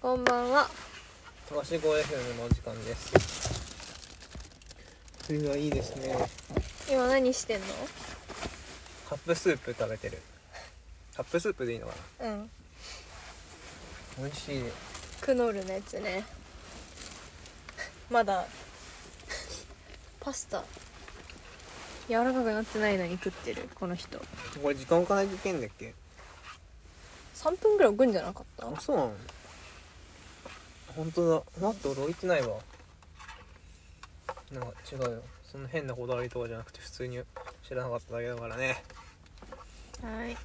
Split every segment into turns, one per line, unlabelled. こんばんは。
飛ばし 5FM のお時間です冬はいいですね
今何してんの？
カップスープ食べてるカップスープでいいのか
うん。
な美味しい
クノールのやつね。まだパスタ柔らかくなってないのに食ってるこの人。
これ時間置かないといけんだっけ
三分ぐらい置くんじゃなかった
あ？そうなの本当だ待って俺置いてないわなんか違うよそんな変なこだわりとかじゃなくて普通に知らなかっただけだからね
はい。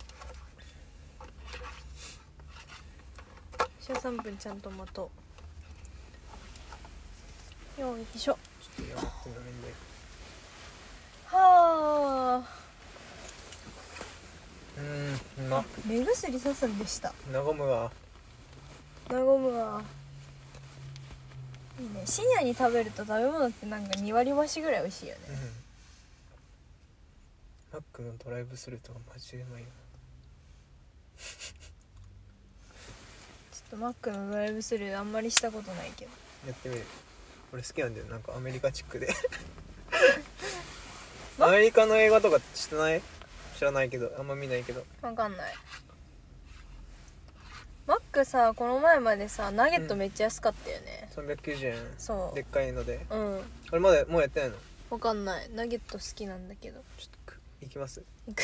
私は三分ちゃんと待とう。よいしょ。
ちょっとやってみるんで
はあ。
うーんうまっ
目薬さすんでした。
和むわ
なごむわいいね深夜に食べると食べ物ってなんか2割増しぐらい美味しいよね
うんマックのドライブスルーとかマジでうまいよ
ちょっとマックのドライブスルーあんまりしたことないけど
やってみる俺好きなんだよなんかアメリカチッ クで
ま
アメリカの映画とか知らない知らないけどあんま見ないけど
わかんないマックさこの前までさナゲットめっちゃ安かったよね、
390円
そ
でっかいので
ううん
俺まだもうやってないの
わかんないナゲット好きなんだけど
ちょっとく行きます
行く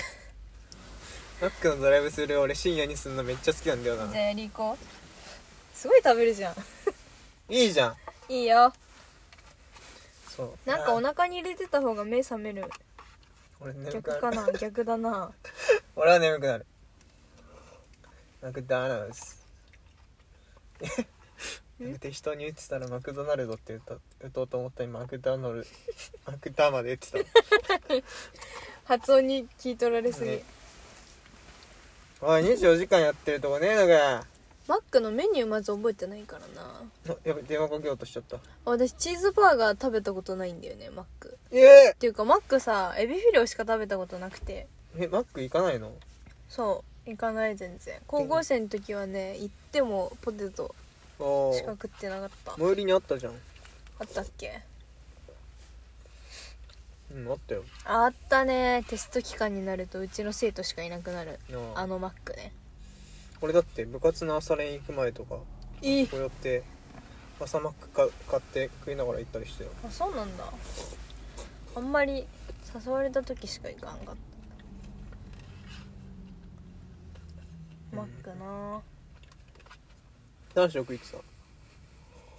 マックのドライブスルー俺深夜にするのめっちゃ好きなんだよな
じゃあやり行こうすごい食べるじゃん
いいじゃん
いいよ
そう
なんかお
な
腹に入れてた方が目覚める
俺眠く
逆
な
か
る
な逆だな
俺は眠くなるマクドナルドなんか適当に言ってたらマクドナルドって歌歌おうと思ったにマクダノルマクダまで言ってた
発音に聞い取られすぎ、
ね おい24時間やってるとこねえのかよ
マックのメニューまず覚えてないからな
あやべ電話かけようとしちゃった
私チーズバーガー食べたことないんだよねマック
ええ
っていうかマックさエビフィレオしか食べたことなくて
えマック行かないの
そう行かない全然高校生の時はね行ってもポテト
お
しか
ー
食ってなかった
最寄りにあったじゃん
あったっけ
うんあったよ
あったねテスト期間になるとうちの生徒しかいなくなる
なあ
あのマックね
これだって部活の朝練行く前とかこ
いいう
やって朝マックか買って食いながら行ったりしてよ
あそうなんだあんまり誘われた時しか行かんかった、
うん
マックな
男子よく行ってた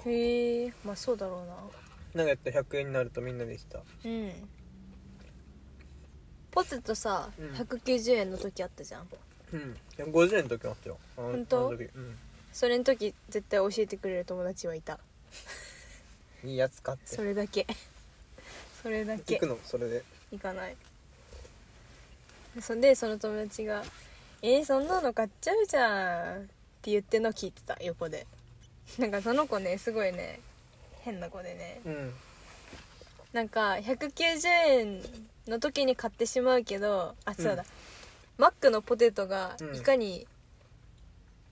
へえまあそうだろうな
なんかやったら100円になるとみんなできた
うんポテトさ、
うん
190円の時あったじゃん
うん150円の時もあったよあの
本当
あの時うん
それの時絶対教えてくれる友達はいた
いいやつ買っ
そ
て
れだけ それだ
行
け
くのそれで
行かないそんでその友達が「えー、そんなの買っちゃうじゃん」って言ってんの聞いてた横でなんかその子ねすごいね変な子でね
うん
なんか190円の時に買ってしまうけどあそうだ、
うん
マックのポテトが
うん
いかに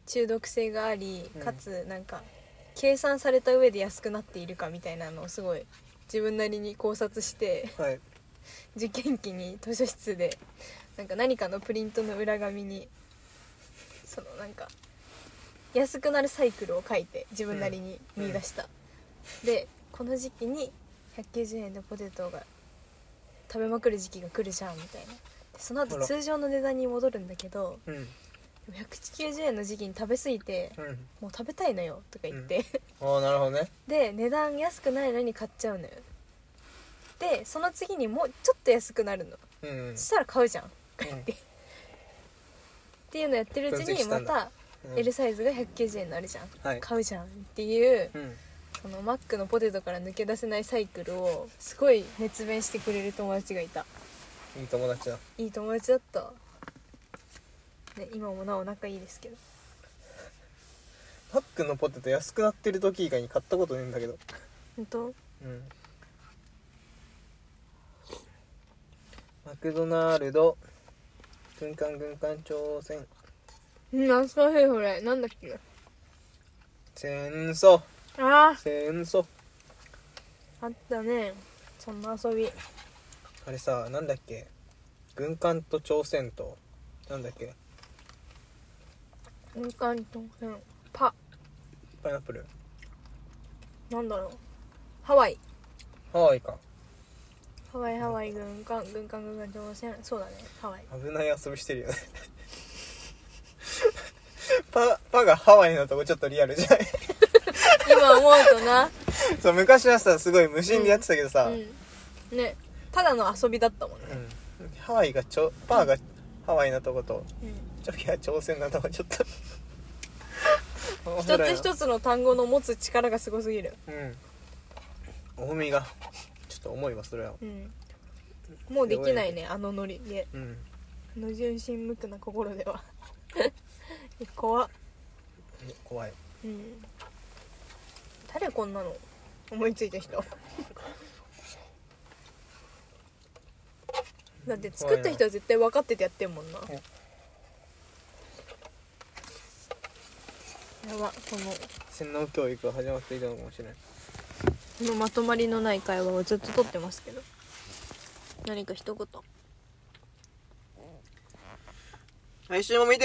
中毒性があり、
うん
かつなんか計算された上で安くなっているかみたいなのをすごい自分なりに考察して
はい
受験期に図書室でなんか何かのプリントの裏紙にそのなんか安くなるサイクルを書いて自分なりに見出した、でこの時期に190円でポテトが食べまくる時期が来るじゃんみたいなでその後
あら
通常の値段に戻るんだけど
うん
でも190円の時期に食べ過ぎて
うん
もう食べたいのよとか言って、
ああなるほどね
で値段安くないのに買っちゃうのよでその次にもうちょっと安くなるの
うんうん
そしたら買うじゃんっ
うん
ていうのやってるうち
分
に
析した
ま
んだ
た
うん
L サイズが190円になるじゃん、
はい
買うじゃんっていう
うん
そのマックのポテトから抜け出せないサイクルをすごい熱弁してくれる友達がいた
いい友達だ
いい友達だった、ね、今もなお仲いいですけど
パックのポテト安くなってる時以外に買ったことねえんだけど
本当
うんマクドナルド軍艦軍艦挑戦
うん懐かしいそれなんだっけ
戦争
あ
戦争
ああったねそんな遊び
あれさなんだっけ軍艦と朝鮮となんだっけ
軍艦とうんパ
パイナップル
なんだろうハワイ
ハワイか
ハワイハワイ軍艦軍艦軍艦朝鮮そうだねハワイ
危ない遊びしてるよね パパがハワイのとこちょっとリアルじゃない
今思うとな
そう昔はさすごい無心でやってたけどさ、
うんねただの遊びだったもんね、
うんハワイがちょパーがハワイなとこと
うん
チョキは朝鮮なとこちょっと面
一
白い
つ
な
一つの単語の持つ力がすごすぎる
うん重みがちょっと重いわそれは
うんもうできないねあのノリで
うん
矛盾心無垢な心では え怖っ
怖い
うん誰こんなの思いついた 人だって作った人は絶対分かっててやってんもんな
怖い
やばこの
洗脳教育が始まっていたのかもしれない
このまとまりのない会話をずっと撮ってますけど何か一言
来週も見て